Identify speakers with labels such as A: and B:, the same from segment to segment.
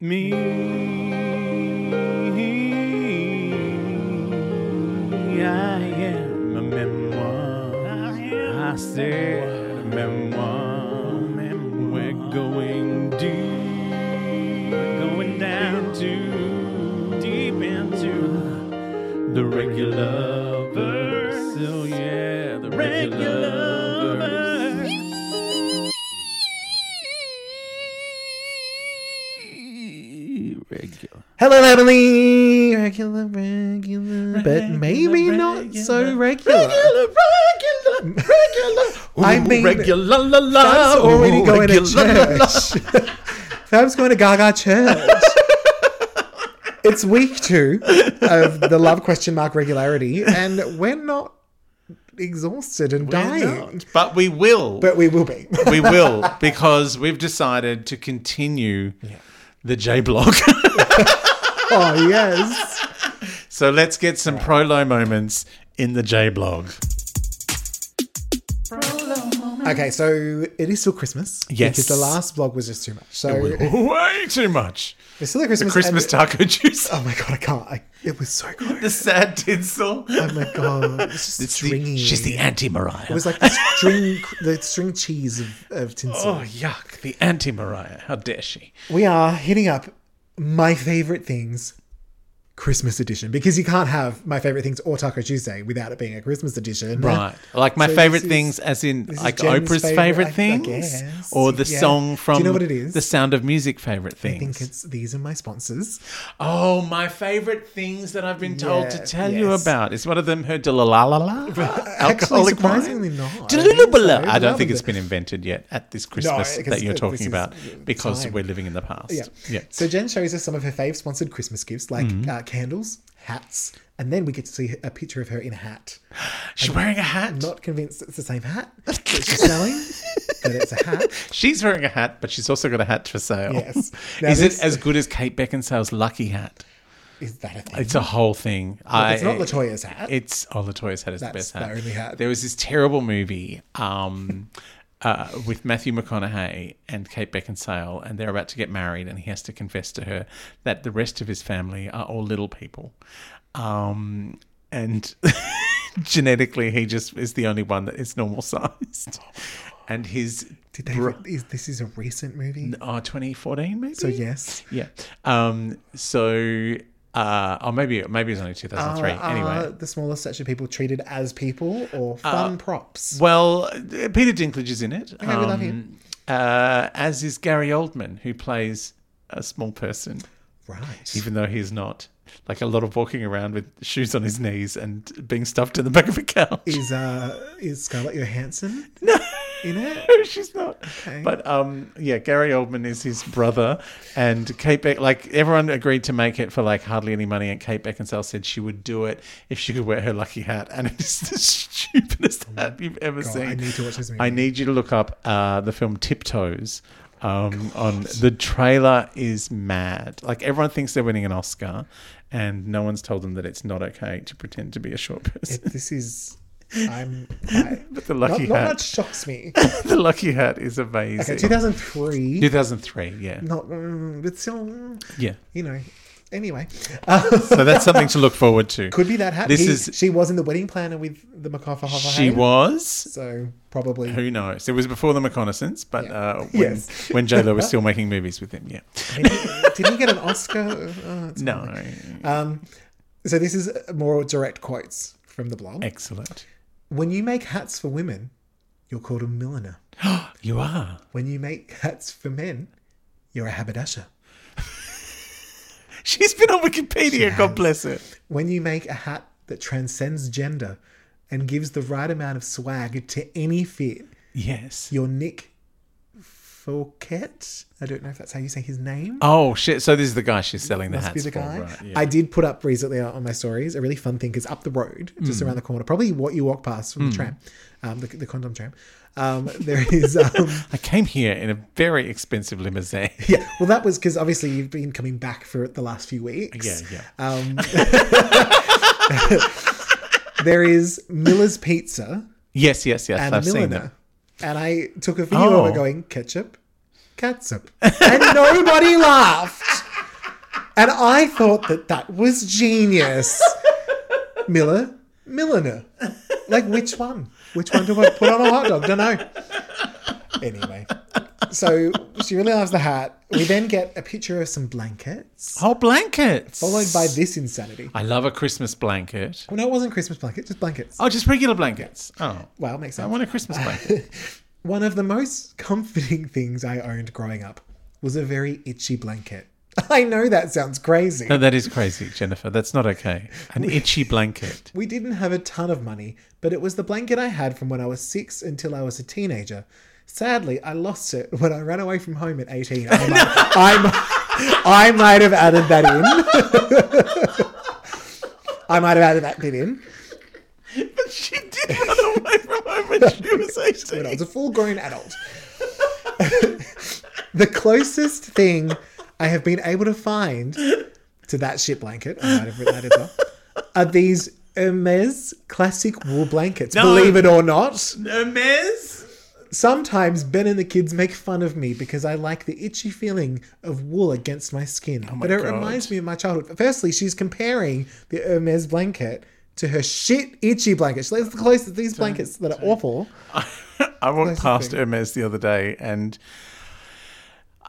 A: me. I am a memoir. I, said a memoir. We're going deep. We're going down into deep into the regular verse. Oh yeah, the regular verse. Regular.
B: Hello, Emily. Regular, regular, but maybe not so regular.
A: regular, regular.
B: I mean,
A: regular, la, la,
B: Fab's already
A: Ooh,
B: going
A: regular, la, la, la.
B: to church. Fab's going to Gaga church. it's week two of the love question mark regularity, and we're not exhausted and dying,
C: We're not, but we will.
B: but we will be.
C: we will because we've decided to continue the J block.
B: oh yes,
C: so let's get some prolo moments in the J blog.
B: okay. So it is still Christmas.
C: Yes.
B: because the last vlog was just too much. So
C: Way too much.
B: it's still a Christmas.
C: Christmas
B: and-
C: taco juice.
B: Oh my god, I can't. I, it was so good.
C: The sad tinsel.
B: Oh my god, it's just
C: It's the-
B: stringy.
C: she's the anti Mariah.
B: It was like the string, the string cheese of, of tinsel.
C: oh, yuck. The anti Mariah. How dare she?
B: We are hitting up my favorite things Christmas edition because you can't have my favorite things or Taco Tuesday without it being a Christmas edition.
C: Right. Like my
B: So
C: favorite
B: this is-
C: things, as in
B: is
C: like
B: Jen's
C: Oprah's
B: favorite,
C: favorite,
B: I- I
C: things,
B: guess.
C: or the
B: Yeah. Do
C: song
B: you
C: from
B: know what it is?
C: The Sound of Music favorite things.
B: I think it's these are my sponsors.
C: Oh, my favorite things that I've been told to
B: Yeah,
C: tell you
B: yes.
C: about. Is one of them her dalalalala?
B: Actually,
C: Alcoholic wine?
B: surprisingly not.
C: Dalulabala.
B: so.
C: I don't think
B: Rather
C: it's
B: than-
C: been invented yet at this Christmas
B: because
C: that you're
B: it- this
C: talking
B: is
C: about because
B: time.
C: we're living in the past.
B: Yeah.
C: Yeah. Mm-hmm.
B: So Jen shows us some of her fave sponsored Christmas gifts like uh, candles, hats, and then we get to see a picture of her in a hat.
C: She's wearing a hat.
B: Not convinced it's the same hat that she's selling, but it's a hat.
C: She's wearing a hat, but she's also got a hat for sale.
B: Yes. Now
C: Is
B: this-
C: it as good as Kate Beckinsale's lucky hat?
B: Is that a thing?
C: It's a whole thing.
B: it's not Latoya's hat.
C: It's oh, Latoya's hat is the
B: That's
C: best hat.
B: the only hat.
C: There was this terrible movie um, uh, with Matthew McConaughey and Kate Beckinsale, and they're about to get married, and he has to confess to her that the rest of his family are all little people, um, and genetically he just is the only one that is normal sized,
B: Oh,
C: and his.
B: Did they? is this is a recent movie?
C: Oh, 2014 maybe.
B: So yes.
C: Yeah. Um, so, uh, oh, maybe maybe it was only 2003.
B: Are- are
C: anyway. Uh,
B: the smaller stature people treated as people or fun props?
C: Well, uh, Peter Dinklage is in it. Okay,
B: we love him.
C: Uh, as is Gary Oldman, who plays a small person,
B: Right.
C: even though he's not. Like a lot of walking around with shoes on his knees and being stuffed in the back of a couch.
B: Is uh is Scarlett Johansson in it?
C: No, she's not. But um, yeah, Gary Oldman is his brother, and Kate Beck. Like everyone agreed to make it for like hardly any money, and Kate Beckinsale said she would do it if she could wear her lucky hat, and it is the stupidest hat you've ever
B: God,
C: seen.
B: Oh, I need to watch this movie.
C: I need you to look up uh, the film Tiptoes. Um, on the trailer is mad. Like everyone thinks they're winning an Oscar, and no one's told them that it's not okay to pretend to be a short person.
B: This is. I'm. I,
C: But the
B: not,
C: lucky
B: not
C: hat,
B: much shocks me.
C: the lucky hat is amazing.
B: Okay, 2003.
C: 2003, yeah.
B: Not, mm, but still, mm,
C: Yeah.
B: you know. Anyway,
C: So that's something to look forward to.
B: could be that hat.
C: This
B: He-
C: is-
B: she was in the wedding planner with the Macafa
C: she was.
B: so probably
C: Who knows? It was before the McConaissance, but uh, when,
B: Yes.
C: when J-Lo was still making movies with him, yeah.
B: did he, did he get an Oscar? Oh, it's-
C: No.
B: Um, so this is more direct quotes from the blog.
C: Excellent.
B: When you make hats for women, you're called a milliner.
C: You are.
B: When you make hats for men, you're a haberdasher.
C: She's been on Wikipedia, God bless her.
B: When you make a hat that transcends gender and gives the right amount of swag to any fit,
C: Yes.
B: you're Nick Fouquet. I don't know if that's how you say his name.
C: Oh, shit. So this is the guy she's selling the
B: Must be
C: hats
B: the
C: for.
B: guy.
C: Right, yeah.
B: I did put up recently on my stories a really fun thing because up the road, just
C: Mm.
B: around the corner, probably what you walk past from the tram, um, the, the condom tram, um, there is. Um,
C: I came here in a very expensive limousine.
B: yeah, well, that was because obviously you've been coming back for the last few weeks.
C: Yeah, yeah.
B: Um, there is Miller's Pizza
C: Yes, yes, yes.
B: and
C: I've seen them.
B: Milliner. And I took a video of
C: Oh.
B: it going, ketchup, catsup. And nobody laughed. And I thought that that was genius. Miller, milliner. Like, which one? Which one do I put on a hot dog? Don't know. Anyway. So she really loves the hat. We then get a picture of some blankets,
C: Whole Oh, blankets.
B: followed by this insanity.
C: I love a Christmas blanket.
B: Well, no, it wasn't Christmas blankets, just blankets.
C: Oh, just regular blankets. Oh.
B: Wow, makes
C: I
B: sense.
C: want a Christmas blanket.
B: One of the most comforting things I owned growing up was a very itchy blanket. I know that sounds crazy.
C: no, that is crazy, Jennifer. That's not okay. An itchy blanket.
B: We didn't have a ton of money, but it was the blanket I had from when I was six until I was a teenager. Sadly, I lost it when I ran away from home at 18. I might, I might, I might have added that in. I might have added that bit in.
C: But she did run away from home when she was
B: when
C: 18.
B: I was a full grown adult. the closest thing I have been able to find to that shit blanket, I might have written that as well, are these Hermes classic wool blankets, believe it or not.
C: Hermes?
B: Sometimes Ben and the kids make fun of me because I like the itchy feeling of wool against my skin. but it
C: God.
B: reminds me of my childhood. Firstly, she's comparing the Hermes blanket to her shit itchy blanket. She's like, "It's the closest these blankets that are awful.
C: I walked
B: the
C: past
B: thing.
C: Hermes the other day and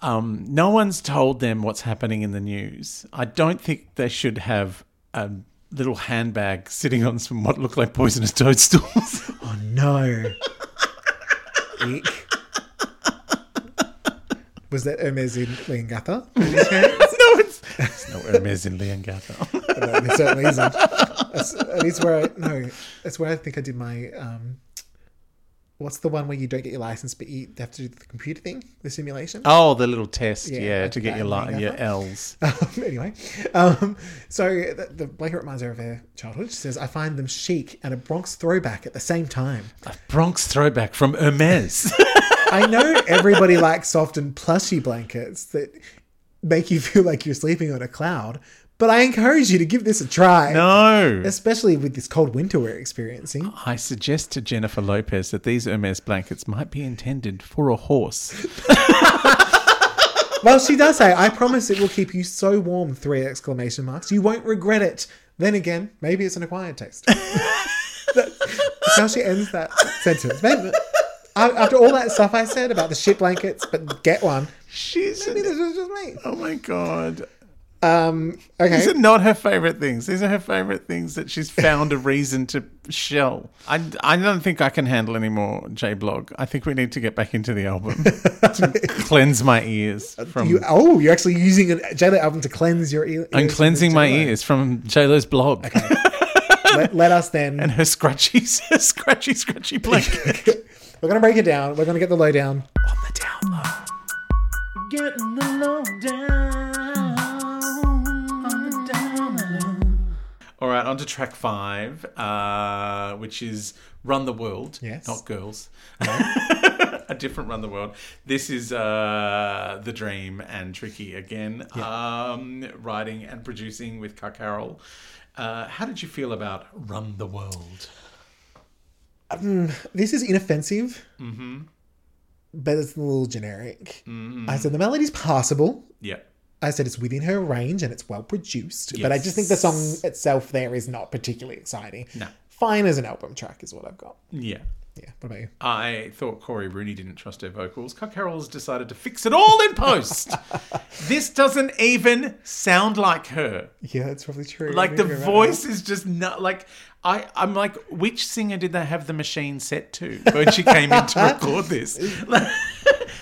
C: um, no one's told them what's happening in the news. I don't think they should have a little handbag sitting on some what look like poisonous toadstools.
B: Oh no. Eek. Was that Hermes in Leongatha?
C: no, it's, it's no Hermes in Leongatha.
B: no, it certainly isn't. That's, that is where I no. That's where I think I did my um what's the one where you don't get your license but you have to do the computer thing? The simulation?
C: Oh, the little test, yeah, to
B: Yeah, like
C: get
B: that
C: your
B: in
C: li- your
B: Leongatha.
C: L's.
B: Um, anyway, um, so the, the blanket reminds her of her childhood. She says, "I find them chic and a Bronx throwback at the same time."
C: A Bronx throwback from Hermes.
B: I know everybody likes soft and plushy blankets that make you feel like you're sleeping on a cloud, but I encourage you to give this a try.
C: no.
B: Especially with this cold winter we're experiencing.
C: I suggest to Jennifer Lopez that these Hermes blankets might be intended for a horse.
B: Well, she does say, I promise it will keep you so warm, three exclamation marks. You won't regret it. Then again, maybe it's an acquired taste. That's how she ends that sentence. Maybe, I- after all that stuff I said about the shit blankets, but get one.
C: She's
B: Maybe this was just me.
C: oh my god.
B: Um, okay.
C: These are not her favorite things. These are her favorite things that she's found a reason to shell. I, I don't think I can handle any more J Blog. I think we need to get back into the album to cleanse my ears from.
B: You, oh, you're actually using a J-Lo album to cleanse your ear.
C: I'm
B: ears from
C: cleansing my
B: J-Lo.
C: ears from JLo's blob
B: Let, let us then.
C: and her scratchy, her scratchy, scratchy blanket.
B: We're gonna break it down. We're gonna get the lowdown.
C: On the down low.
A: Getting the lowdown on the down low.
C: All right, on to track five, uh, which is Run the World.
B: Yes.
C: Not Girls. a different Run the World. This is uh, The Dream and Tricky again, um, writing and producing with Car Carroll. Uh, how did you feel about Run the World?
B: This is inoffensive, mm-hmm. but it's a little generic.
C: Mm-hmm.
B: I said the melody's passable.
C: Yeah.
B: I said it's within her range and it's well produced, but I just think the
C: Yes.
B: song itself there is not particularly exciting.
C: No.
B: Fine as an album track is what I've got.
C: Yeah.
B: Yeah. What about you?
C: I thought Corey Rooney didn't trust her vocals. Car Carroll's decided to fix it all in post. this doesn't even sound like her.
B: Yeah, that's probably true. I
C: like the
B: didn't think about that.
C: voice is just not like I, I'm like, which singer did they have the machine set to when she came in to record this? Like,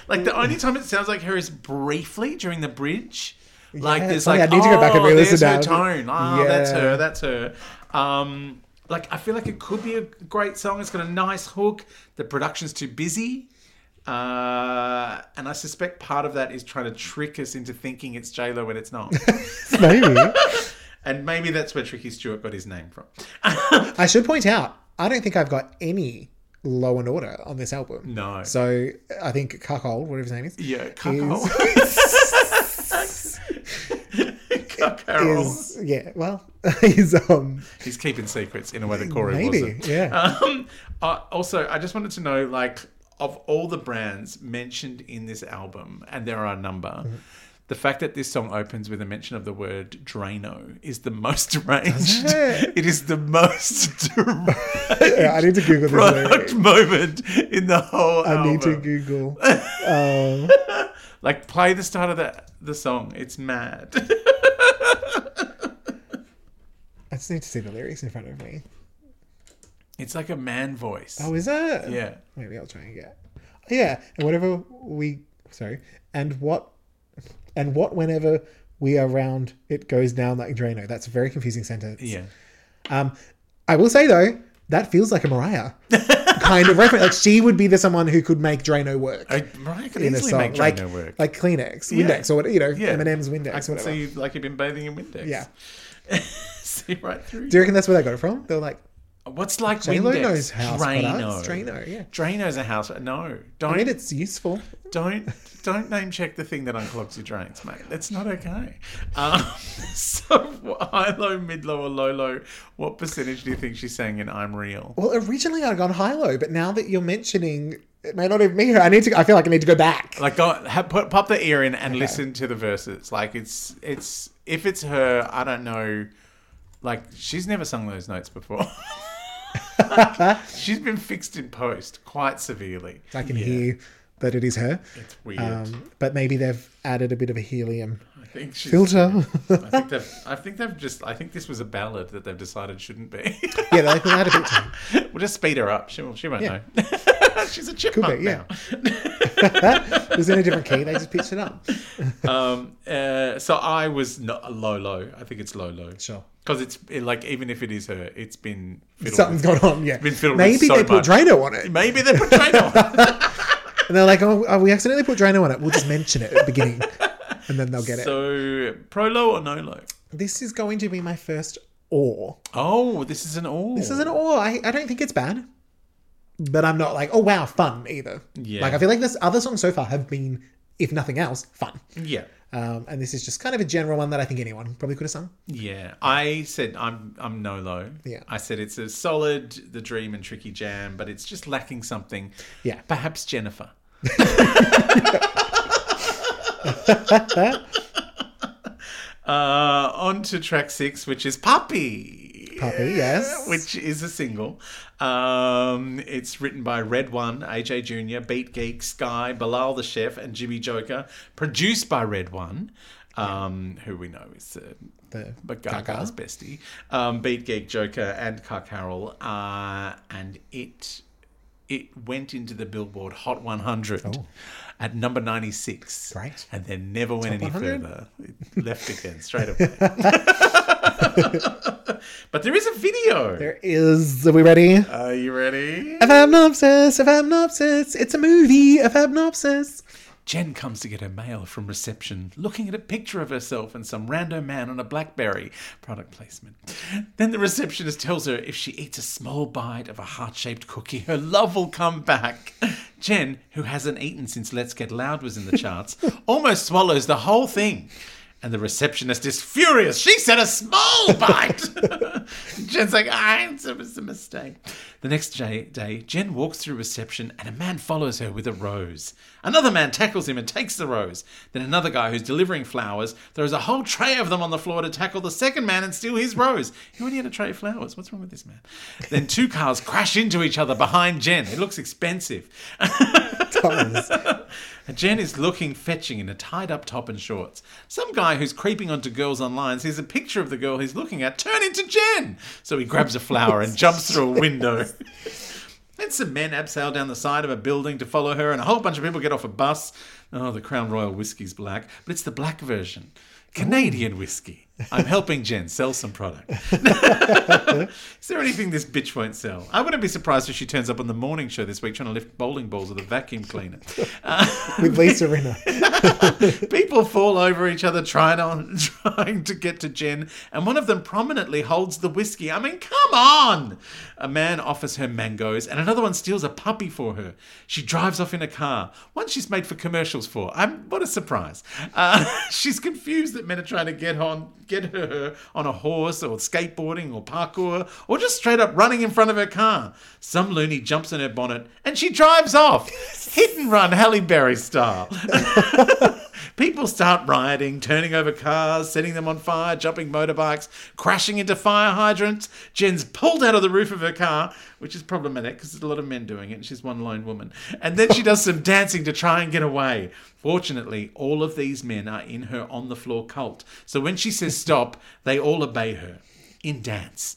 C: like, the only time it sounds like her is briefly during the bridge. Like
B: Yeah,
C: there's
B: funny,
C: like,
B: I need to go back and
C: "Oh,
B: re-listen
C: there's her
B: to that."
C: tone. Ah, that's
B: Yeah.
C: her. That's her. Um, like I feel like it could be a great song. It's got a nice hook. The production's too busy. Uh, and I suspect part of that is trying to trick us into thinking it's J Lo when it's not.
B: Maybe.
C: And maybe that's where Tricky Stewart got his name from.
B: I should point out, I don't think I've got any Law and Order on this album.
C: No.
B: So I think Cuckold, whatever his name is,
C: yeah, Carol.
B: is,
C: Carol.
B: is yeah, well, is um
C: He's keeping secrets in a way that Corey
B: maybe
C: wasn't.
B: yeah.
C: Um, uh, also, I just wanted to know,
B: Mm-hmm.
C: like, of all the brands mentioned in this album, and there are a number, The fact that this song opens with a mention of the word Drano is the most deranged.
B: it?
C: it is the most deranged
B: Yeah, I need to Google this
C: product
B: lyric.
C: moment in the whole
B: I
C: album.
B: need to Google. Um,
C: Like play the start of the the song. It's mad.
B: I just need to see the lyrics in front of me.
C: it's like a man voice.
B: Oh, is that?
C: yeah.
B: Maybe I'll try and get. Yeah, and whatever we sorry, and what, and what whenever we are round, it goes down like Drano. That's a very confusing sentence.
C: Yeah.
B: Um, I will say though, that feels like a Mariah kind of reference. Like she would be the someone who could make Drano work
C: I, Mariah could
B: in a
C: easily
B: song,
C: make Drano
B: like
C: work.
B: like Kleenex,
C: Yeah.
B: Windex, or what you know,
C: Yeah.
B: M&M's
C: I
B: Windex,
C: can
B: whatever.
C: see like you've been bathing in Windex.
B: Yeah.
C: see right through.
B: Do you reckon that's where they got it from? They're like,
C: What's like
B: J-Lo
C: Windex?
B: knows house
C: Drano.
B: products. Drano, yeah.
C: Drano's a house. No, don't
B: I mean, it's useful.
C: don't don't name check the thing that unclogs your drains, mate. That's not okay. Um, so what- high low, mid low, or low low. What percentage do you think she sang in "I'm Real"?
B: Well, originally I'd gone high-low, but now that you're mentioning, it may not even be her. I need to. I feel like I need to go back.
C: Like, go ha put, pop the ear in and listen to the verses. Like, it's it's if it's her, I don't know. Like, she's never sung those notes before. she's been fixed in post quite severely.
B: I can hear that it is her.
C: It's weird.
B: Um, but maybe they've added a bit of a helium
C: I think she's.
B: filter.
C: I think they've. I think they've just. I think this was a ballad that they've decided shouldn't be.
B: yeah, they can add a bit. To
C: we'll just speed her up. She, will- she won't
B: Yeah.
C: know. She's a chipmunk
B: be, yeah.
C: now.
B: it. it was in a different key. They just pitched it up.
C: Um, uh, so I was not, low, low. I think it's low, low.
B: Sure.
C: Because it's it, like even if it is her, it's been fiddled
B: Something's
C: with.
B: gone on. Yeah,
C: been fiddled with
B: maybe
C: so
B: they
C: much.
B: put Drano on it,
C: Maybe they put Drano. on.
B: and they're like, "Oh, oh, we accidentally put Drano on it. We'll just mention it at the beginning, and then they'll get it."
C: so pro low or no low?
B: This is going to be my first or.
C: Oh, this is an all.
B: This is an or. I, I don't think it's bad. But I'm not like, oh wow, fun either.
C: Yeah.
B: Like I feel like this other songs so far have been, if nothing else, fun.
C: yeah.
B: Um, and this is just kind of a general one that I think anyone probably could have sung.
C: Yeah, I said I'm I'm no low.
B: Yeah.
C: I said it's a solid the dream and tricky jam, but it's just lacking something.
B: Yeah.
C: perhaps Jennifer. uh, on to track six, which is Puppy.
B: Puppy, yes.
C: Which is a single. Um, it's written by Red One, AJ Jr., Beat Geek, Sky, Bilal the Chef, and Jimmy Joker. Produced by Red One, um, who we know is the
B: The
C: but Gaga's bestie, um, Beat Geek Joker and Car Carol, uh, and it it went into the Billboard Hot 100 at number 96.
B: Oh. Great.
C: and then never went any
B: 100?
C: further. It left again straight away. but there is a video.
B: There is. Are we ready? A
C: Are you ready?
B: Fabnopsis, a Fabnopsis. It's a movie, a Fabnopsis.
C: Jen comes to get her mail from reception, looking at a picture of herself and some random man on a Blackberry. Product placement. Then the receptionist tells her if she eats a small bite of a heart shaped cookie, her love will come back. Jen, who hasn't eaten since Let's Get Loud was in the charts, almost swallows the whole thing. And the receptionist is furious. She said a small bite. Jen's like, I it was a mistake. The next day, day, Jen walks through reception and a man follows her with a rose. Another man tackles him and takes the rose. Then another guy who's delivering flowers throws a whole tray of them on the floor to tackle the second man and steal his rose. He already had a tray of flowers. What's wrong with this man? Then two cars crash into each other behind Jen. It looks expensive.
B: Thomas.
C: And Jen is looking fetching in a tied up top and shorts. Some guy who's creeping onto girls online sees a picture of the girl he's looking at turn into Jen. So he grabs a flower and jumps through a window. And some men abseil down the side of a building to follow her, and a whole bunch of people get off a bus. Oh, the Crown Royal whiskey's black, but it's the black version. Canadian whiskey. I'm helping Jen sell some product. Is there anything this bitch won't sell? I wouldn't be surprised if she turns up on the morning show this week trying to lift bowling balls with a vacuum cleaner. Uh,
B: With Lisa Rinna.
C: People fall over each other trying on trying to get to Jen, and one of them prominently holds the whiskey. I mean, come on! A man offers her mangoes, and another one steals a puppy for her. She drives off in a car, one she's made for commercials for. I'm what a surprise! Uh, she's confused that men are trying to get on get her on a horse or skateboarding or parkour or just straight up running in front of her car. Some loony jumps in her bonnet, and she drives off, hit and run, Halle Berry style. People start rioting, turning over cars, setting them on fire, jumping motorbikes, crashing into fire hydrants. Jen's pulled out of the roof of her car, which is problematic because there's a lot of men doing it, and she's one lone woman. And then she does some dancing to try and get away. Fortunately, all of these men are in her on the floor cult. So when she says stop, they all obey her in dance.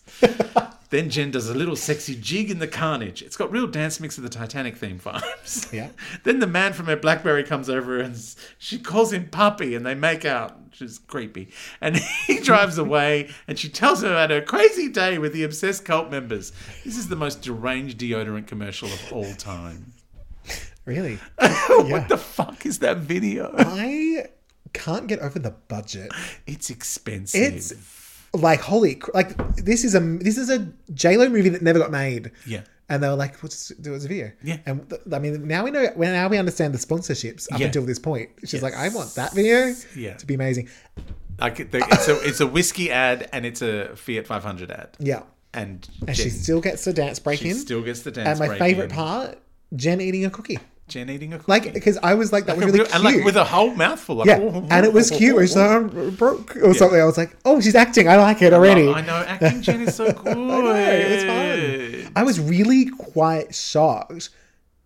C: then Jen does a little sexy jig in the carnage. It's got real dance mix of the Titanic theme vibes.
B: Yeah.
C: then the man from her Blackberry comes over and s- she calls him puppy and they make out, which is creepy. And he drives away and she tells her about her crazy day with the obsessed cult members. This is the most deranged deodorant commercial of all time.
B: Really?
C: What the fuck is that video?
B: I can't get over the budget.
C: It's expensive.
B: It's like holy, cr- like this is a this is a J Lo movie that never got made.
C: Yeah.
B: And they were like, "We'll just do it as a video."
C: Yeah.
B: And th- I mean, now we know. Well, now we understand the sponsorships up
C: Yeah.
B: until this point. She's like, "I want that video
C: Yeah.
B: to be amazing."
C: like the, it's a it's a whiskey ad and it's a Fiat 500 ad.
B: Yeah.
C: And, Jen,
B: And she still gets the dance break
C: she
B: in.
C: still gets the dance.
B: and my
C: break
B: favorite
C: in.
B: part, Jen eating a cookie.
C: Jen eating a cookie.
B: Like, because I was like, that was really cute.
C: and like with a whole mouthful. Like,
B: yeah,
C: "Oh,
B: and it was
C: oh,
B: cute.
C: oh,
B: It was
C: oh,
B: like, I'm broke or something. I was like, oh, she's acting. I like it
C: oh."
B: already.
C: I know acting Jen is so good.
B: know, it's I was really quite shocked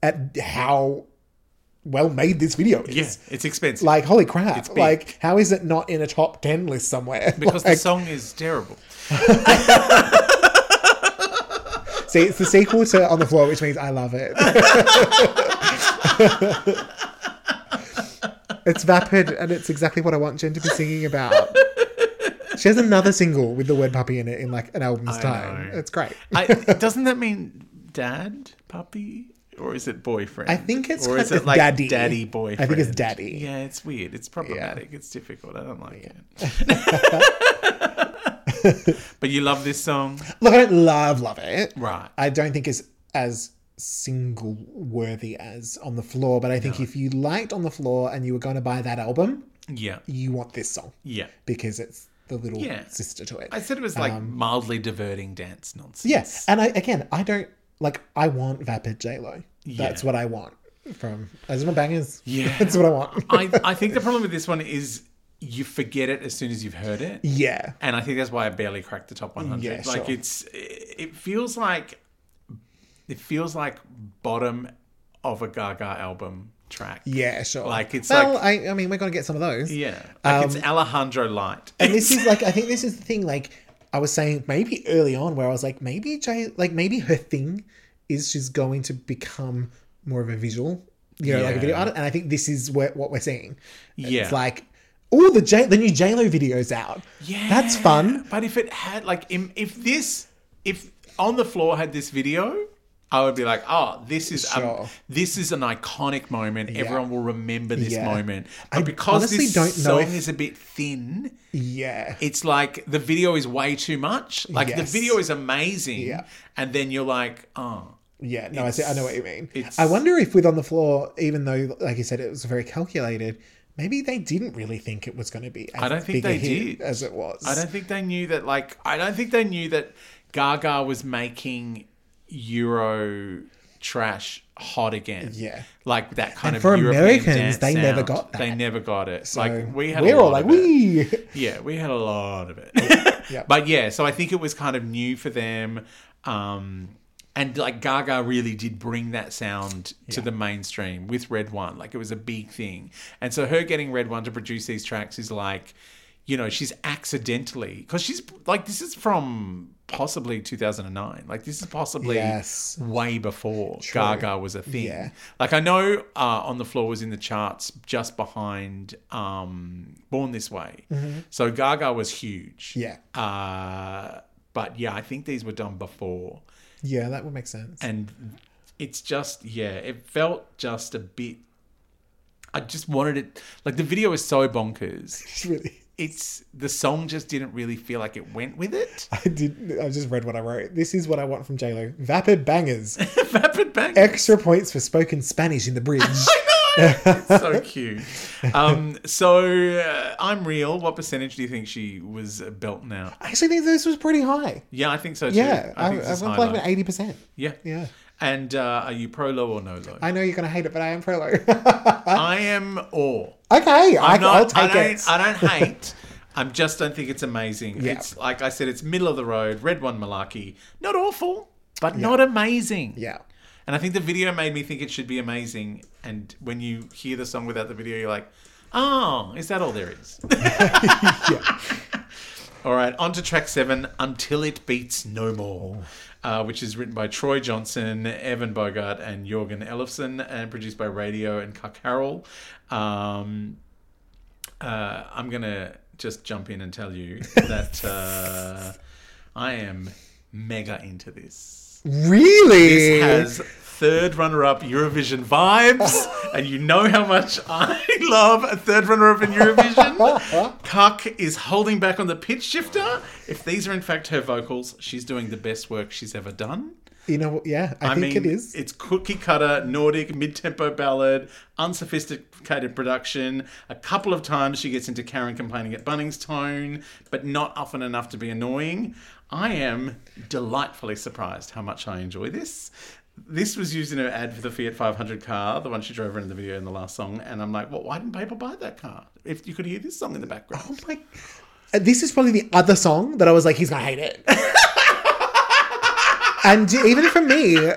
B: at how well made this video is.
C: Yeah, it's expensive
B: Like, holy crap.
C: big.
B: like, how is it not in a top 10 list somewhere?
C: because
B: Like,
C: the song is terrible.
B: see, it's the sequel to On the Floor, which means I love it. it's vapid and it's exactly what I want Jen to be singing about. She has another single with the word puppy in it in like an album's time.
C: know.
B: It's great.
C: I, doesn't that mean dad, puppy, or is it boyfriend?
B: I think it's
C: or is
B: classed
C: it
B: as
C: like
B: daddy.
C: daddy,
B: I think it's
C: boyfriend.
B: daddy.
C: Yeah, it's weird. It's problematic. It's difficult. I don't like it. but you love this song,
B: Look, I don't love, love it.
C: right?
B: I don't think is as single worthy as on the floor, but I think if you liked on the floor and you were going to buy that album,
C: Yeah,
B: you want this song
C: yeah.
B: because it's the little
C: Yeah.
B: sister to it.
C: I said it was like
B: Um,
C: mildly diverting dance nonsense.
B: yes, and I again, I don't like. I want vapid J Lo. That's
C: Yeah.
B: what I want from. I just want bangers.
C: Yeah.
B: that's what I want.
C: I, I think the problem with this one is you forget it as soon as you've heard it.
B: yeah,
C: And I think that's why I barely cracked the top 100.
B: Yeah,
C: like
B: sure.
C: it's it feels like it feels like bottom of a Gaga album track.
B: yeah, sure.
C: Like, it's
B: well,
C: like-
B: I, I mean, we're going to get some of those.
C: Yeah. Like it's Alejandro light.
B: Um, And this is like, I think this is the thing. Like, I was saying maybe early on where I was like, maybe Jay, like maybe her thing is she's going to become more of a visual, you know, like a video
C: Yeah.
B: artist. And I think this is where, what we're seeing.
C: Yeah.
B: It's like, oh, the J, the new J Lo video's out.
C: Yeah.
B: that's fun.
C: But if it had like im- if this if on the floor had this video, I would be like, oh, this is
B: Sure.
C: a, this is an iconic moment. Everyone will remember this
B: Yeah.
C: moment.
B: I
C: But because
B: honestly
C: this
B: don't know
C: song
B: if-
C: is a bit thin,
B: Yeah,
C: it's like the video is way too much. Like the
B: Yes.
C: video is amazing,
B: Yeah.
C: and then you're like, oh,
B: yeah. No, I see. I know what you mean.
C: it's-
B: I wonder if with on the floor, even though, like you said, it was very calculated. Maybe they didn't really think it was going to be as
C: I don't think
B: big a
C: they
B: hit
C: did.
B: as it was.
C: I don't think they knew that. Like, I don't think they knew that Gaga was making Euro trash hot again.
B: Yeah.
C: like that kind
B: And
C: of
B: for
C: European
B: Americans,
C: dance
B: they never
C: sound.
B: got that.
C: They never got it.
B: So
C: like we had,
B: we're
C: a lot
B: all like,
C: of it.
B: we.
C: Yeah, we had a lot of it. But yeah, so I think it was kind of new for them. Um, and like Gaga really did bring that sound to the mainstream with Red One. Like it was a big thing. And so her getting Red One to produce these tracks is like, you know, she's accidentally, because she's like, this is from possibly 2009. Like this is possibly
B: Yes.
C: way before Gaga was a thing.
B: Yeah.
C: Like I know uh, on the floor was in the charts just behind um, Born This Way. So Gaga was huge.
B: Mm-hmm. Yeah.
C: Uh, but yeah, I think these were done before,
B: Yeah, that would make sense.
C: and it's just yeah, it felt just a bit. I just wanted it like the video is so bonkers.
B: It's really,
C: It's the song just didn't really feel like it went with it.
B: I did. I just read what I wrote. This is what I want from J Lo: vapid bangers,
C: Vapid bang.
B: extra points for spoken Spanish in the bridge.
C: so cute. Um, so uh, I'm real. What percentage do you think she was uh, belting out?
B: I actually think this was pretty high.
C: Yeah, I think so too.
B: Yeah, I, I,
C: think this is
B: went
C: high
B: like
C: low.
B: an eighty percent.
C: yeah.
B: Yeah,
C: And uh, are you pro low or no low?
B: I know you're gonna hate it, but I am pro low.
C: I am awe.
B: Okay, I,
C: I'm not-
B: will take
C: I don't,
B: it.
C: I don't hate. I just don't think it's amazing.
B: Yeah.
C: It's like I said, it's middle of the road, red one malarkey. Not awful, but not amazing.
B: yeah.
C: And I think the video made me think it should be amazing. And when you hear the song without the video, you're like, oh, is that all there is? All right, on to track seven, Until It Beats No More, uh, which is written by Troy Johnson, Evan Bogart, and Jorgen Ellefson, and produced by Radio and Cuck Harrell. Um, uh, I'm going to just jump in and tell you that uh, I am mega into this.
B: Really?
C: This has third runner up Eurovision vibes, and you know how much I love a third runner up in Eurovision. Cuck is holding back on the pitch shifter. If these are in fact her vocals, she's doing the best work she's ever done.
B: you know, what? yeah, I,
C: I
B: think
C: mean,
B: it is.
C: It's cookie cutter, Nordic, mid tempo ballad, unsophisticated production. A couple of times she gets into Karen complaining at Bunning's tone, but not often enough to be annoying. I am delightfully surprised how much I enjoy this. This was used in her ad for the Fiat 500 car, the one she drove in the video in the last song. And I'm like, well, why didn't people buy that car? If you could hear this song in the background.
B: Oh my- Uh, This is probably the other song that I was like, he's gonna hate it. and even for me,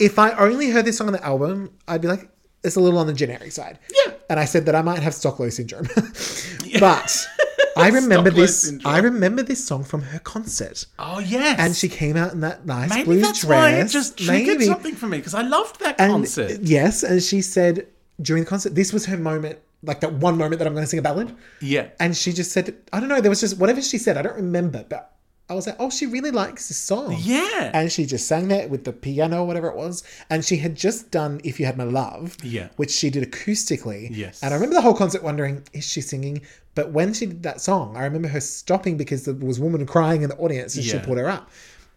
B: if I only heard this song on the album, I'd be like, it's a little on the generic side.
C: Yeah.
B: And I said that I might have Stockholm syndrome, but I remember
C: Stockholm
B: this.
C: syndrome.
B: I remember this song from her concert,
C: Oh, yes.
B: and she came out in that nice
C: Maybe
B: blue
C: that's
B: dress.
C: why it just triggered
B: Maybe.
C: something for me because I loved that
B: And
C: concert.
B: yes, and she said during the concert, this was her moment, like that one moment that I'm going to sing a ballad.
C: yeah.
B: And she just said, I don't know, there was just whatever she said, I don't remember, but I was like, oh, she really likes this song.
C: Yeah.
B: And she just sang that with the piano, whatever it was. And she had just done If You Had My Love,
C: Yeah.
B: which she did acoustically.
C: Yes.
B: And I remember the whole concert wondering, is she singing? But when she did that song, I remember her stopping because there was a woman crying in the audience and she
C: Yeah.
B: pulled her up.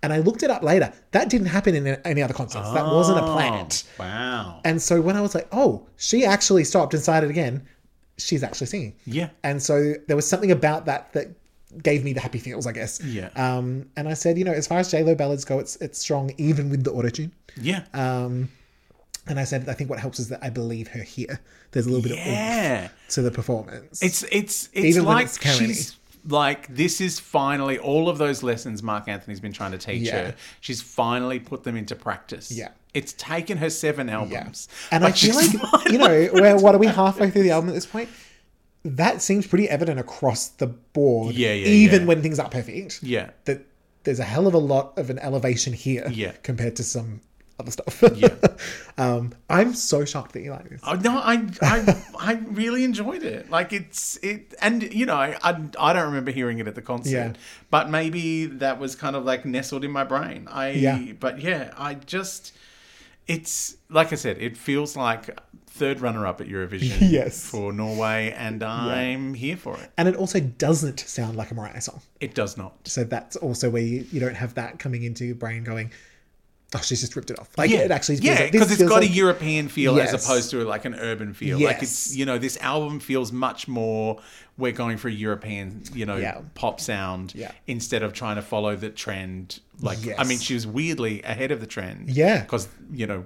B: And I looked it up later. That didn't happen in any other concerts. That wasn't a plant.
C: Oh, Wow.
B: And so when I was like, oh, she actually stopped and started again, she's actually singing.
C: Yeah.
B: And so there was something about that that gave me the happy feels, I guess.
C: Yeah.
B: Um, and I said, you know, as far as J Lo ballads go, it's it's strong even with the auto tune.
C: Yeah.
B: Um, and I said, I think what helps is that I believe her here. There's a little bit of oomph
C: yeah.
B: to the performance.
C: It's it's it's
B: oh. Even when
C: like
B: it's Karen-y.
C: she's like this is finally all of those lessons Mark Anthony's been trying to teach
B: Yeah.
C: her. She's finally put them into practice.
B: Yeah.
C: It's taken her seven
B: yeah.
C: albums.
B: And I feel
C: she's
B: like, you know, where what are we halfway through the album at this point? That seems pretty evident across the board.
C: Yeah, yeah,
B: Even
C: yeah.
B: when things are perfect.
C: Yeah.
B: that there's a hell of a lot of an elevation here
C: Yeah.
B: compared to some other stuff.
C: Yeah.
B: um, I'm so shocked that you like this.
C: Oh, no, I, I I really enjoyed it. Like it's it, and you know, I I, I don't remember hearing it at the concert,
B: Yeah.
C: but maybe that was kind of like nestled in my brain. I
B: Yeah.
C: but yeah, I just it's like I said, it feels like third runner up at Eurovision
B: Yes.
C: for Norway, and I'm here for it.
B: And it also doesn't sound like a Mariah song.
C: It does not.
B: So that's also where you, you don't have that coming into your brain going, oh, she's just ripped it off. Like, it actually feels
C: yeah,
B: like this
C: because it's
B: feels
C: got a
B: like-
C: European feel
B: Yes.
C: as opposed to like an urban feel. Like
B: Yes.
C: it's you know this album feels much more we're going for a European you know
B: Yeah.
C: pop sound
B: Yeah.
C: instead of trying to follow the trend. Like I
B: Yes.
C: mean, she was weirdly ahead of the trend.
B: Yeah.
C: because you know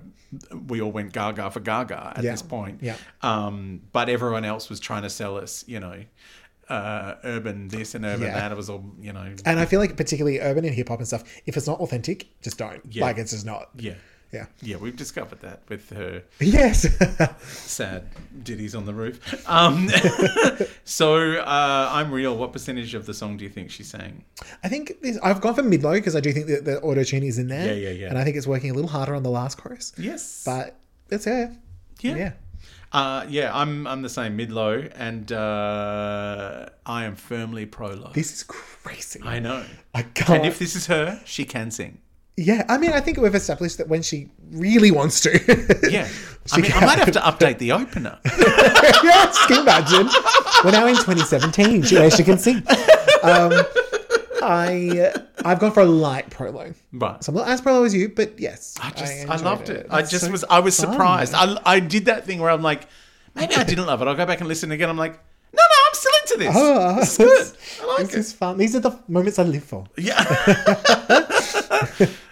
C: we all went Gaga for Gaga at
B: Yeah.
C: this point.
B: Yeah.
C: um, but everyone else was trying to sell us you know uh, urban this and urban
B: Yeah.
C: that. It was all you know
B: And I feel like, particularly urban and hip hop and stuff, if it's not authentic, just don't.
C: Yeah.
B: Like, it's just not.
C: yeah.
B: Yeah.
C: Yeah, we've discovered that with her
B: Yes.
C: sad ditties on the roof. Um, so uh, I'm real. What percentage of the song do you think she sang?
B: I think this, I've gone for mid low because I do think that the auto tune is in there.
C: Yeah, yeah, yeah.
B: And I think it's working a little harder on the last chorus.
C: Yes,
B: But it's her.
C: yeah, yeah.
B: yeah.
C: Uh, yeah I'm I'm the same mid low, and uh, I am firmly pro low.
B: This Oh. is crazy. I,
C: I know.
B: can't.
C: And if this is her, she can sing.
B: yeah, I mean, I think we've established that when she really wants to.
C: Yeah, I
B: She
C: mean, I might have
B: can.
C: to update the opener.
B: yes, can you imagine? We're now in 2017, she, where she can sing. Um, I, uh, I've gone for a light prolo.
C: Right.
B: So I'm not as prolo as you, but yes.
C: I just I,
B: enjoyed
C: loved it. I
B: It's
C: just
B: so
C: was I was
B: fun.
C: surprised. I I did that thing where I'm like, maybe I didn't love it. I'll go back and listen again. I'm like, no, no, I'm still into this.
B: Oh,
C: this is good. I like
B: this
C: it.
B: is fun. These are the moments I live for.
C: Yeah.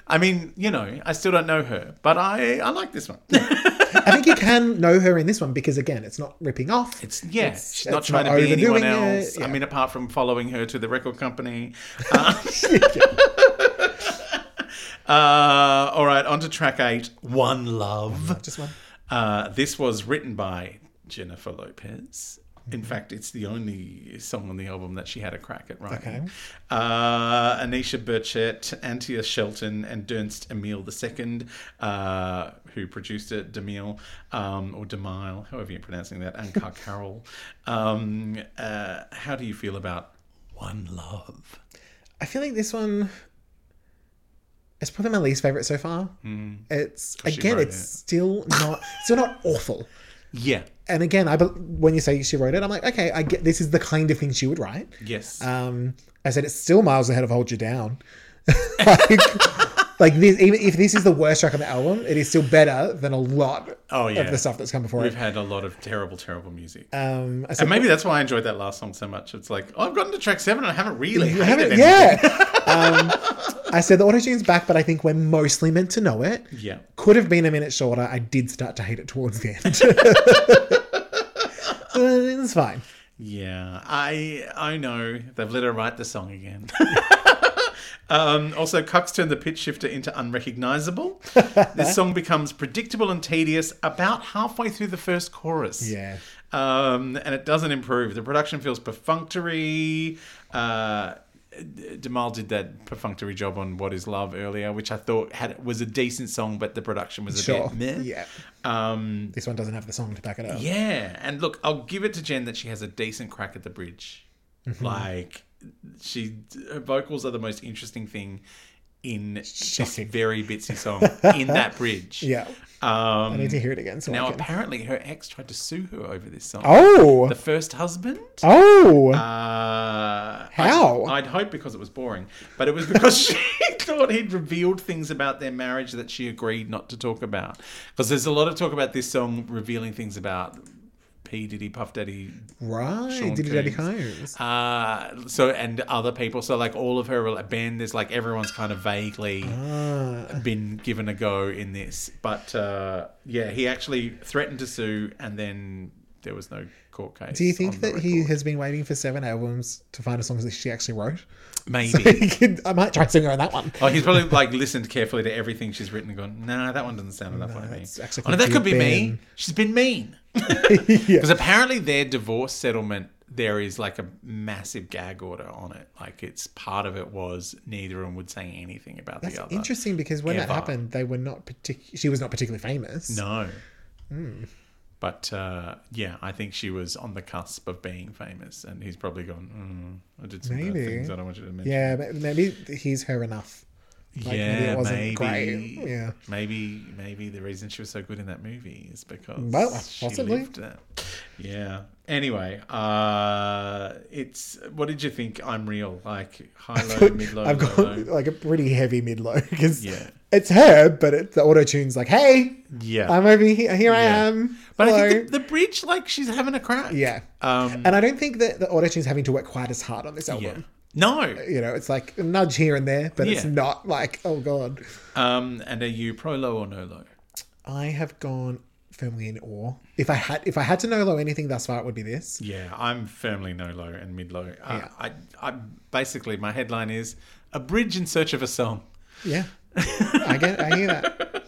C: I mean, you know, I still don't know her, but I, I like this one.
B: I think you can know her in this one because again, it's not ripping off.
C: It's yeah,
B: It's-
C: she's not
B: it's
C: trying
B: not
C: to be anyone
B: overdoing it,
C: else. I
B: yeah.
C: mean, apart from following her to the record company. Uh, uh, all right, on to track eight, One Love.
B: Just one.
C: Uh, this was written by Jennifer Lopez. In
B: Mm-hmm.
C: fact, it's the only song on the album that she had a crack at writing.
B: Okay.
C: Uh, Anisha Burchett, Antia Shelton, and Dernst Emil II, uh, who produced it, Demille, um, or Demille, however you're pronouncing that, and Car Carroll. Um, uh, how do you feel about One Love?
B: I feel like this one it's probably my least favorite so far. It's
C: Hmm. she
B: again,
C: wrote
B: it's
C: it.
B: still not still not awful.
C: Yeah.
B: And again, I bel when you say she wrote it, I'm like, okay, I get this is the kind of thing she would write.
C: Yes.
B: Um, I said it's still miles ahead of Hold You Down. like, like this, even if this is the worst track on the album, it is still better than a lot
C: Oh, yeah.
B: of the stuff that's come before
C: We've
B: it.
C: had a lot of terrible, terrible music.
B: Um, I said,
C: And maybe that's why I enjoyed that last song so much. It's like, oh, I've gotten to track seven and I haven't really
B: You
C: hated
B: haven't-
C: it.
B: yeah. um, I said the autotune's back, but I think we're mostly meant to know it.
C: Yeah.
B: Could have been a minute shorter. I did start to hate it towards the end. Uh, it's fine.
C: Yeah. I I know. They've let her write the song again. Um, also, Cox turned the pitch shifter into unrecognizable. this song becomes predictable and tedious about halfway through the first chorus.
B: Yeah.
C: Um, and it doesn't improve. The production feels perfunctory. Uh, Demal did that perfunctory job on "What Is Love" earlier, which I thought had was a decent song, but the production was a
B: Sure.
C: bit meh.
B: Yeah.
C: Um,
B: This one doesn't have the song to back it up.
C: yeah, and look, I'll give it to Jen that she has a decent crack at the bridge.
B: Mm-hmm.
C: Like, she her vocals are the most interesting thing in
B: Shocking.
C: this very bitsy song in that bridge.
B: Yeah.
C: Um,
B: I need to hear it again. So
C: now,
B: I can.
C: apparently, her ex tried to sue her over this song.
B: Oh.
C: The first husband.
B: Oh.
C: Uh,
B: How?
C: I'd, I'd hope because it was boring, but it was because she thought he'd revealed things about their marriage that she agreed not to talk about. Because there's a lot of talk about this song revealing things about P Diddy, Puff Daddy,
B: right.
C: Sean
B: Diddy Daddy
C: Coombs.
B: Combs.
C: uh, so and other people. So like all of her band, there's like everyone's kind of vaguely
B: Ah.
C: been given a go in this. But uh, yeah, he actually threatened to sue, and then there was no court case.
B: Do you
C: on
B: think
C: the
B: that he
C: record.
B: has been waiting for seven albums to find a song that she actually wrote?
C: maybe?
B: He could- I might try singing her on that one.
C: Oh, he's probably like listened carefully to everything she's written and gone, no, that one doesn't sound enough like me.
B: it's actually
C: Oh, no, that could
B: could
C: be
B: be
C: me.
B: Ben.
C: She's been mean.
B: Yeah.
C: Because apparently their divorce settlement, there is like a massive gag order on it. Like it's part of it was neither of them would say anything about
B: That's
C: the other.
B: interesting because when that
C: ever.
B: happened, they were not partic- She was not particularly famous.
C: No.
B: Hmm.
C: But uh, yeah, I think she was on the cusp of being famous, and he's probably gone. Mm, I did some bad
B: Maybe.
C: things I don't want you to mention.
B: Yeah, ma- maybe he's her enough. Like, maybe
C: yeah,
B: it wasn't
C: maybe,
B: great. Yeah.
C: maybe, maybe the reason she was so good in that movie is because
B: Well,
C: she
B: possibly.
C: lived that. Yeah. Anyway, uh, it's what did you think? I'm real, like high low, mid low,
B: I've
C: low,
B: got
C: low.
B: like a pretty heavy mid low because
C: Yeah.
B: it's her, but it, the auto tune's like, "Hey,
C: Yeah,
B: I'm over here. Here I
C: Yeah.
B: am."
C: but I
B: Hello.
C: think the, the bridge, like she's having a crack.
B: yeah,
C: Um.
B: and I don't think that the auto tune's having to work quite as hard on this
C: Yeah.
B: album.
C: No.
B: You know, it's like a nudge here and there, but it's
C: Yeah.
B: not like, oh god.
C: Um. And are you pro low or no low?
B: I have gone firmly in awe. If I had, if I had to know low anything thus far, it would be this.
C: Yeah, I'm firmly no low and mid low. Uh,
B: Yeah.
C: I, I basically my headline is a bridge in search of a song.
B: Yeah, I get, I hear that.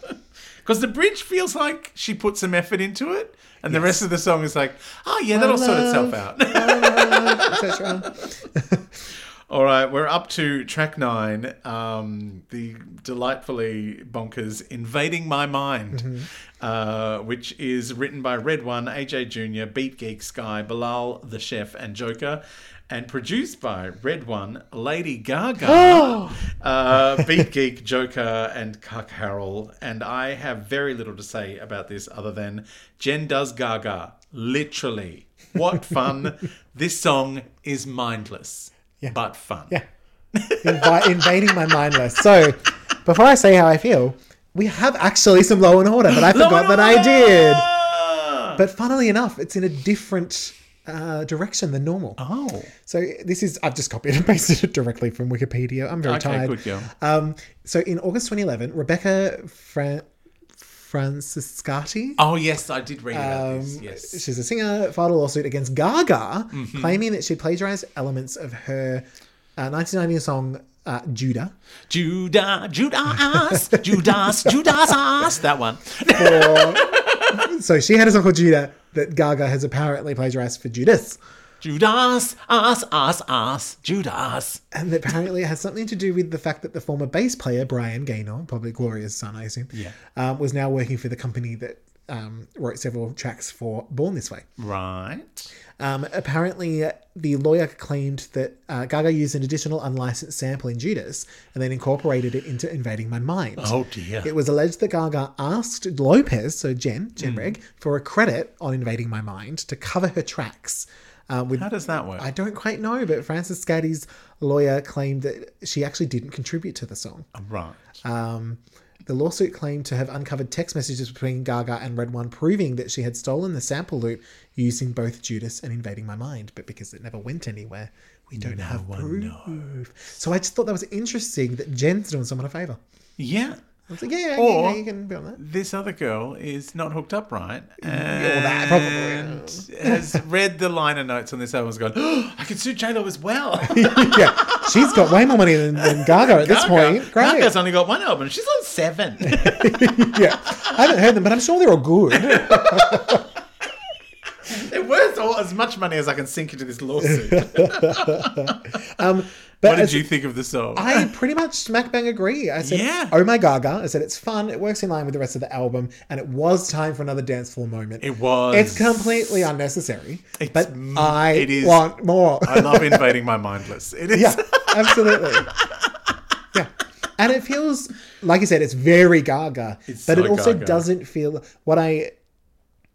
C: Because the bridge feels like she put some effort into it, and the rest of the song is like, oh, yeah, that'll sort itself out.
B: etc.
C: All right, we're up to track nine um, the delightfully bonkers Invading My Mind, uh, which is written by Red One, AJ Jr., Beat Geek Sky, Bilal the Chef, and Joker. And produced by Red One, Lady Gaga, uh, Beat Geek, Joker, and Cuck Harrell. And I have very little to say about this other than Jen does Gaga, literally. What fun. this song is mindless, but fun.
B: Yeah. Invi- invading my mind list. So, before I say how I feel, we have actually some low and order, but I forgot that I did.
C: did.
B: But funnily enough, it's in a different uh, direction than normal.
C: oh.
B: So this is I've just copied and pasted it directly from Wikipedia. I'm very
C: Okay,
B: Um, tired.
C: good girl.
B: Um, so in August 2011, Rebecca Fran- Franciscati.
C: Oh yes, I did read about
B: Um,
C: this. Oh, Yes. Mm-hmm.
B: She's a singer, filed a lawsuit against Gaga, claiming that she plagiarized elements of her uh, 1990 song uh, Judah
C: Judah, Judas, Judas, Judas, ass. That one.
B: so she had a song called Judah that Gaga has apparently plagiarized for Judas,
C: Judas, ass, ass, ass, Judas.
B: and that apparently it has something to do with the fact that the former bass player Brian Gaynor, probably Gloria's son, I assume,
C: Yeah.
B: um, was now working for the company that um, wrote several tracks for Born This Way.
C: Right.
B: Um, apparently, uh, the lawyer claimed that uh, Gaga used an additional unlicensed sample in Judas and then incorporated it into Invading My Mind.
C: Oh dear.
B: It was alleged that Gaga asked Lopez, so Jen, Jen
C: Hmm.
B: Reg, for a credit on Invading My Mind to cover her tracks. Um, with,
C: How does that work?
B: I don't quite know, but Frances Scatty's lawyer claimed that she actually didn't contribute to the song.
C: right.
B: Um, the lawsuit claimed to have uncovered text messages between Gaga and Red One proving that she had stolen the sample loop used in both Judas and Invading My Mind, but because it never went anywhere, we don't have proof. So I just thought that was interesting that Jen's doing someone a favour.
C: yeah.
B: I was like, yeah, yeah,
C: Or-
B: yeah, you can be on that.
C: This other girl is not hooked up right.
B: that
C: And has read the liner notes on this album and has gone, oh, I could sue J-Lo as well.
B: yeah, she's got way more money than, than Gaga at this point. Great.
C: Gaga's only got one album. She's on seven.
B: yeah, I haven't heard them, but I'm sure they're all good.
C: They're worth all, as much money as I can sink into this lawsuit. what
B: Um, but
C: did
B: as-
C: you think of the song?
B: I pretty much smack bang agree. I said,
C: Yeah.
B: "Oh my Gaga!" I said, "It's fun. It works in line with the rest of the album, and it was time for another dance floor moment.
C: it was.
B: It's completely unnecessary,
C: It's
B: but
C: m-
B: I
C: it is-
B: want more.
C: I love invading my mindless. It is.
B: yeah, absolutely. yeah, and it feels like you said, it's very Gaga,
C: It's
B: but
C: so
B: it also
C: Gaga.
B: doesn't feel what I.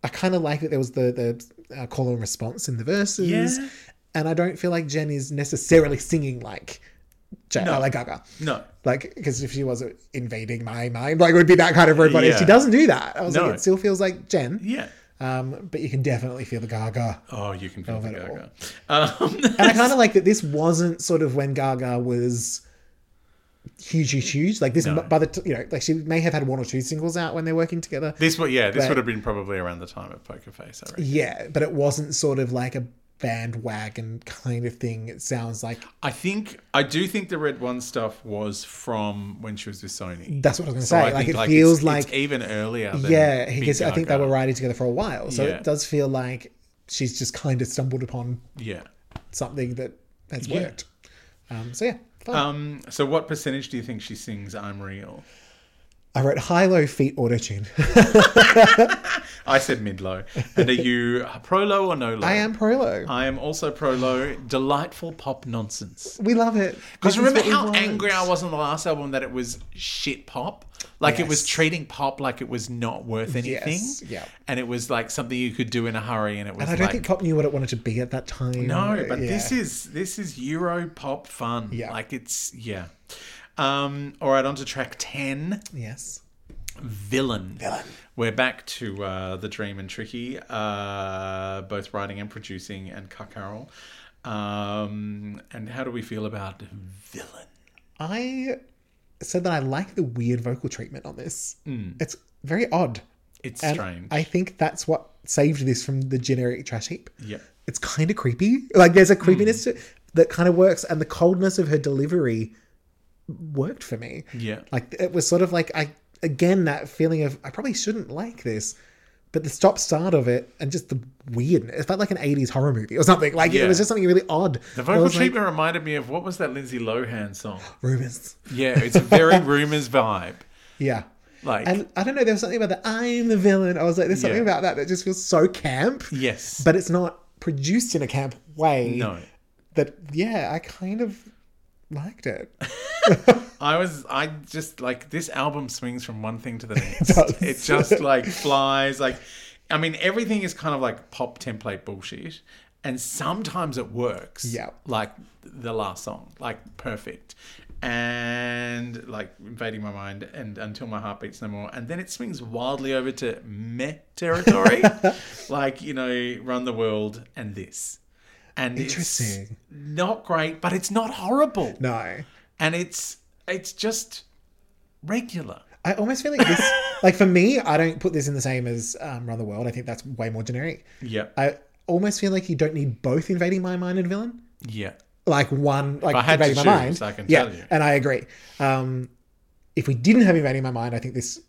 B: I kind of like that there was the the uh, call and response in the verses,
C: Yeah.
B: and I don't feel like Jen is necessarily singing like, J-
C: No.
B: like Gaga.
C: No.
B: Like, because if she was invading my mind, like, it would be that kind of robot. If she
C: Yeah.
B: doesn't do that, I was
C: No.
B: like, it still feels like Jen.
C: Yeah.
B: Um, but you can definitely feel the Gaga.
C: Oh, you can feel the
B: at all.
C: Gaga. Um,
B: And I kind of like that this wasn't sort of when Gaga was huge, huge, huge. Like, this,
C: No.
B: by the, t- you know, like she may have had one or two singles out when they're working together.
C: this would, yeah, this
B: But-
C: would have been probably around the time of Poker Face. I reckon.
B: Yeah, but it wasn't sort of like a bandwagon kind of thing. It sounds like
C: I think I do think the Red One stuff was from when she was with Sony.
B: that's what I was going to
C: So
B: say.
C: I
B: like,
C: think,
B: it feels
C: it's-
B: like
C: it's even earlier. Than
B: yeah
C: Big
B: because i think they
C: Gaga.
B: were riding together for a while so
C: Yeah.
B: it does feel like she's just kind of stumbled upon
C: Yeah.
B: something that has
C: Yeah.
B: worked um, so yeah fine.
C: Um, so, what percentage do you think she sings "I'm Real"?
B: i wrote high low feet auto tune
C: I said mid low. And are you pro low or no low?
B: i am pro low
C: I am also pro low. Delightful pop nonsense.
B: we love it
C: Because
B: This is
C: remember
B: what we
C: how
B: want.
C: angry I was on the last album that it was shit pop? Like it was
B: Yes.
C: treating pop like it was not worth anything.
B: Yes, yeah.
C: And it was like something you could do in a hurry and it was
B: and i don't
C: like
B: think cop knew what it wanted to be at that time
C: No, but
B: Yeah.
C: this is this is Euro pop fun.
B: Yeah.
C: Like it's yeah. Um, all right, on to track ten.
B: yes
C: Villain. Villain. We're back to uh, The Dream and Tricky, uh, both writing and producing, and Cuck Harrell. Um, and how do we feel about Villain?
B: i said that i like the weird vocal treatment on this it's very odd
C: Hmm. It's
B: and
C: strange.
B: i think that's what saved this from the generic trash heap
C: Yep.
B: it's kind of creepy. Like there's
C: Hmm.
B: a creepiness to, that kind of works, and the coldness of her delivery worked for me.
C: Yeah.
B: Like it was sort of like I again that feeling of I probably shouldn't like this, but the stop start of it and just the weirdness. It felt like an '80s horror movie or something. Like it
C: Yeah.
B: was just something really odd.
C: The
B: I
C: vocal
B: was
C: treatment reminded me of what was that Lindsay Lohan song?
B: like, Rubens.
C: Yeah, it's a very rumors vibe.
B: Yeah.
C: Like
B: And I don't know, there was something about the I'm the villain. I was like, there's something
C: Yeah.
B: about that that just feels so camp,
C: yes,
B: but it's not produced in a camp way.
C: no.
B: That, yeah, I kind of liked it.
C: I was I just like this album swings from one thing to the next.
B: does.
C: it just like flies like I mean everything is kind of like pop template bullshit and sometimes it works.
B: Yeah.
C: Like the last song, like perfect. And like invading my mind and until my heart beats no more. And then it swings wildly over to meh territory. like, you know, run the world and this. And it's
B: Interesting.
C: not great, but it's not horrible
B: No.
C: and it's it's just regular.
B: I almost feel like this Like for me, I don't put this in the same as um, Run the World. I think that's way more generic.
C: Yeah.
B: I almost feel like you don't need both invading my mind and villain.
C: yeah.
B: Like one, like
C: I had to
B: invading my
C: choose,
B: mind.
C: I can
B: yeah,
C: tell you.
B: and I agree. Um, if we didn't have invading my mind, I think this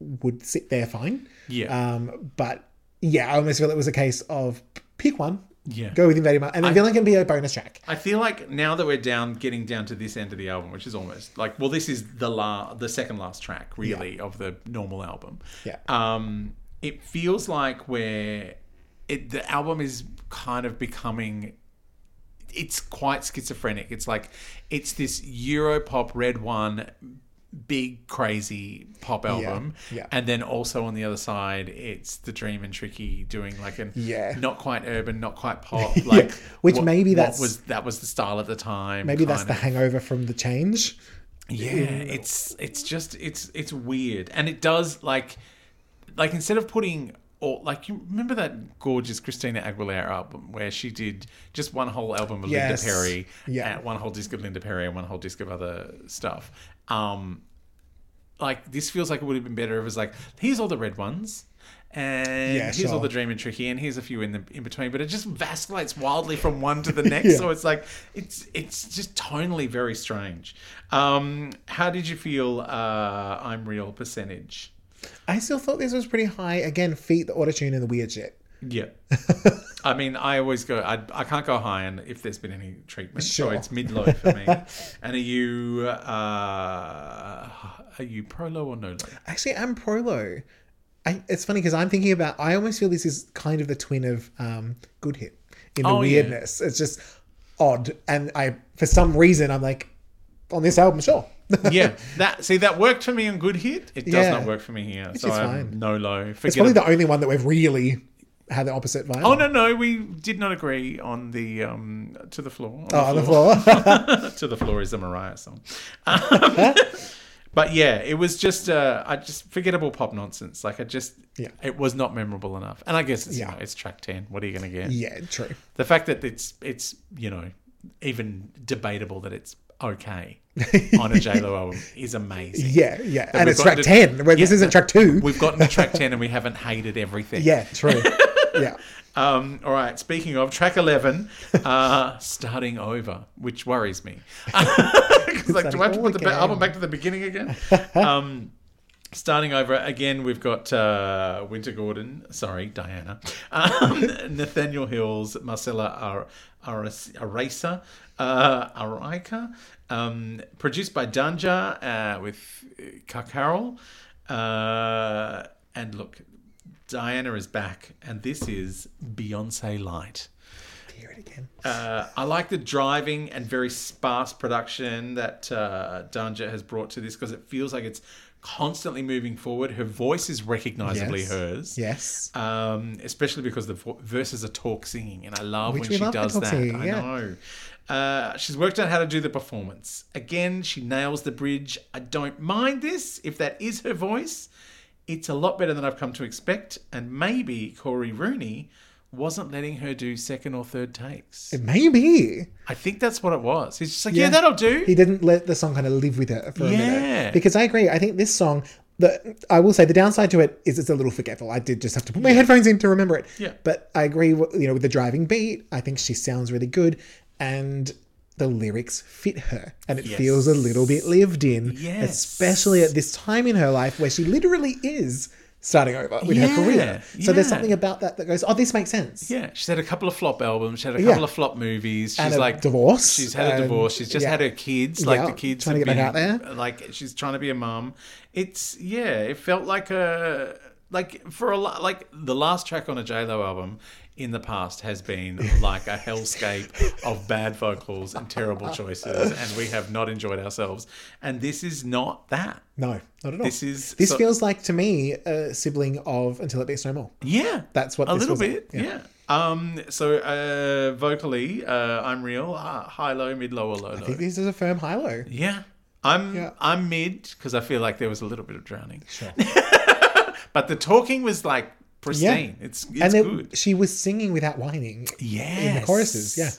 B: would sit there fine.
C: Yeah.
B: Um, but yeah, I almost feel it was a case of pick one,
C: yeah.
B: go with invading my, and then villain can be a bonus track.
C: I feel like now that we're down, getting down to this end of the album, which is almost like, well, this is the la- the second last track, really, of the normal album.
B: Yeah.
C: Um, it feels like we're, it, the album is kind of becoming it's quite schizophrenic. It's like it's this Europop red one big crazy pop album
B: yeah.
C: and then also on the other side it's the dream and tricky doing like an
B: Yeah.
C: not quite urban not quite pop like
B: Which maybe that's-
C: what was that was the style at the time
B: Maybe that's
C: kind
B: the
C: of.
B: hangover from the change.
C: yeah it's it's just it's it's weird and it does like like instead of putting all like you remember that gorgeous Christina Aguilera album where she did just one whole album of
B: Yes.
C: Linda Perry,
B: Yeah.
C: and one whole disc of Linda Perry and one whole disc of other stuff. Um, like this feels like it would have been better if it was like here's all the red ones. And
B: Yeah,
C: here's all
B: sure.
C: the dream and tricky, and here's a few in the in between, but it just vacillates wildly from one to the next.
B: Yeah.
C: So it's like it's it's just tonally very strange. Um, how did you feel? Uh, I'm real percentage.
B: I still thought this was pretty high. Again, feet, the auto tune, and the weird shit.
C: Yeah. I mean, I always go. I, I can't go high, and if there's been any treatment, so
B: Sure.
C: it's mid low for me. and are you uh, are you pro low or no low?
B: Actually, I'm Prolo. I, it's funny because I'm thinking about. I almost feel this is kind of the twin of um, Good Hit in the
C: Oh, yeah.
B: weirdness. It's just odd, and I for some reason I'm like on this album, sure.
C: yeah, that see that worked for me on Good Hit. It does
B: Yeah.
C: not work for me here, so
B: is
C: I'm
B: fine.
C: no low. Forget
B: it's probably
C: it.
B: the only one that we've really had the opposite vibe.
C: Oh no, no, we did not agree on the um to the floor.
B: Oh, on the floor.
C: to the floor is the Mariah song. Um, but yeah, it was just uh, I just forgettable pop nonsense. Like I just
B: Yeah.
C: it was not memorable enough. And I guess it's,
B: Yeah.
C: you know, it's track ten. What are you going to get?
B: yeah, true.
C: The fact that it's it's you know even debatable that it's okay on a J Lo album is amazing.
B: Yeah, yeah, and
C: we've
B: it's
C: got
B: track
C: the-
B: ten. Where this
C: Yeah.
B: isn't track two.
C: We've gotten to track ten and we haven't hated everything.
B: Yeah, true. yeah.
C: Um, all right. Speaking of track eleven, uh, starting over, which worries me. 'Cause, like, do I have to
B: Starting
C: put the ba-
B: again.
C: album back to the beginning again? um, starting over again, we've got uh, Winter Gordon. Sorry, Diana. Um, Nathaniel Hills, Marcella Ar- Aras- Arasa, uh, Araika. Um, produced by Danja uh, with Kakarol. Uh, and look, Diana is back, and this is Beyonce Light.
B: Hear it again.
C: Uh, I like the driving and very sparse production that uh, Danja has brought to this because it feels like it's constantly moving forward. Her voice is recognizably
B: Yes.
C: hers.
B: Yes.
C: Um, especially because the vo- verses are talk singing, and I love
B: Which
C: when
B: we
C: she
B: love her
C: does
B: talk
C: that.
B: singing,
C: I
B: yeah.
C: know. Uh, she's worked out how to do the performance. Again, she nails the bridge. I don't mind this if that is her voice. It's a lot better than I've come to expect, and maybe Corey Rooney wasn't letting her do second or third takes.
B: Maybe.
C: I think that's what it was. He's just like, yeah,
B: Yeah.
C: that'll do.
B: he didn't let the song kind of live with her for a
C: Yeah.
B: minute. Because I agree. I think this song, the I will say the downside to it is it's a little forgetful. I did just have to put my headphones in to remember it.
C: Yeah.
B: But I agree. With, you know, with the driving beat, I think she sounds really good, and the lyrics fit her, and it
C: Yes.
B: feels a little bit lived in,
C: Yes.
B: especially at this time in her life where she literally is starting over with
C: Yeah,
B: her career. So there's
C: yeah.
B: something about that that goes, oh, this makes sense.
C: yeah, she's had a couple of flop albums. She had a
B: Yeah.
C: couple of flop movies. She's
B: And a
C: like
B: divorce,
C: She's had a
B: and-
C: divorce. She's just
B: yeah.
C: had her kids. Like
B: Yeah,
C: the kids
B: trying to
C: have
B: get back
C: been- uh,
B: out there.
C: Like she's trying to be a mum. It's yeah. It felt like a like for a lot like the last track on a J Lo album in the past has been like a hellscape of bad vocals and terrible choices, and we have not enjoyed ourselves. And this is not that.
B: No, not at all.
C: This is
B: This
C: so-
B: feels like to me a sibling of Until It Beats No More.
C: Yeah,
B: That's what
C: a
B: this
C: little
B: was
C: bit.
B: like.
C: Yeah. Um. So, uh, vocally, uh, I'm real. Uh, high, low, mid, low, or low, low.
B: I think this is a firm high low.
C: Yeah. I'm
B: Yeah.
C: I'm mid because I feel like there was a little bit of drowning. Sure. but the talking was like pristine. It's it's
B: and then
C: good.
B: she was singing without whining.
C: Yeah.
B: choruses, yeah.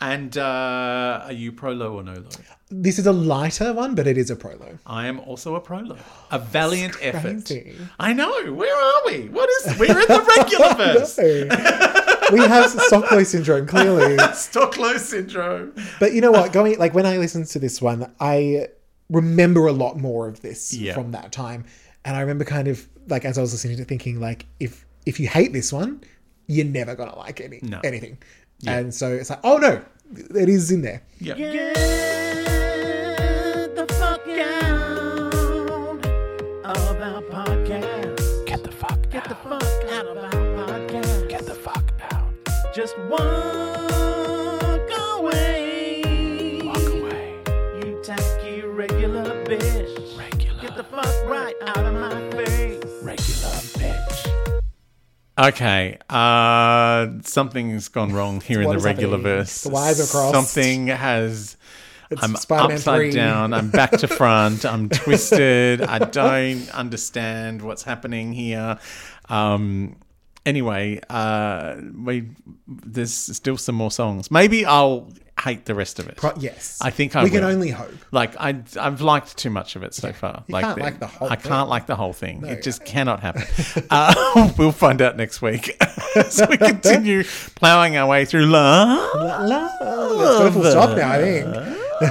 C: And uh, are you pro low or no low?
B: This is a lighter one, but it is a prolo.
C: I am also a pro low. A valiant effort.
B: crazy.
C: I know. Where are we? What is? We're in the regular verse.
B: we have Stockholm syndrome clearly.
C: Stocklow syndrome.
B: But you know what? Going like when I listened to this one, I remember a lot more of this
C: Yeah.
B: from that time, and I remember kind of like as I was listening to it, thinking like if if you hate this one, you're never gonna like any
C: No.
B: anything, and so it's like oh no, it is in there.
C: Yeah.
A: Get the fuck out of our podcast. Get the fuck Get the fuck out of our podcast. Get the fuck out. Just walk away. Walk away. You tacky regular bitch. Regular. Get the fuck right out of my face. Regular bitch.
C: Okay. Uh, something's gone wrong here in
B: What
C: the
B: is
C: regular
B: happening?
C: verse.
B: The wires are crossed.
C: Something has. I'm
B: Spider-Man
C: upside
B: 3.
C: down. I'm back to front. I'm twisted. I don't understand what's happening here. Um, anyway, uh, we there's still some more songs. Maybe I'll hate the rest of it.
B: Pro- yes,
C: I think I
B: we can
C: will.
B: only hope.
C: Like I, I've liked too much of it so far.
B: can't like the whole
C: I
B: thing.
C: can't like the whole thing. it just cannot happen. uh, we'll find out next week as we continue plowing our way through love.
B: La, la, Let's go full stop now. I think.
C: All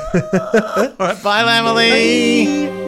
C: right, bye, Emily.
A: Bye.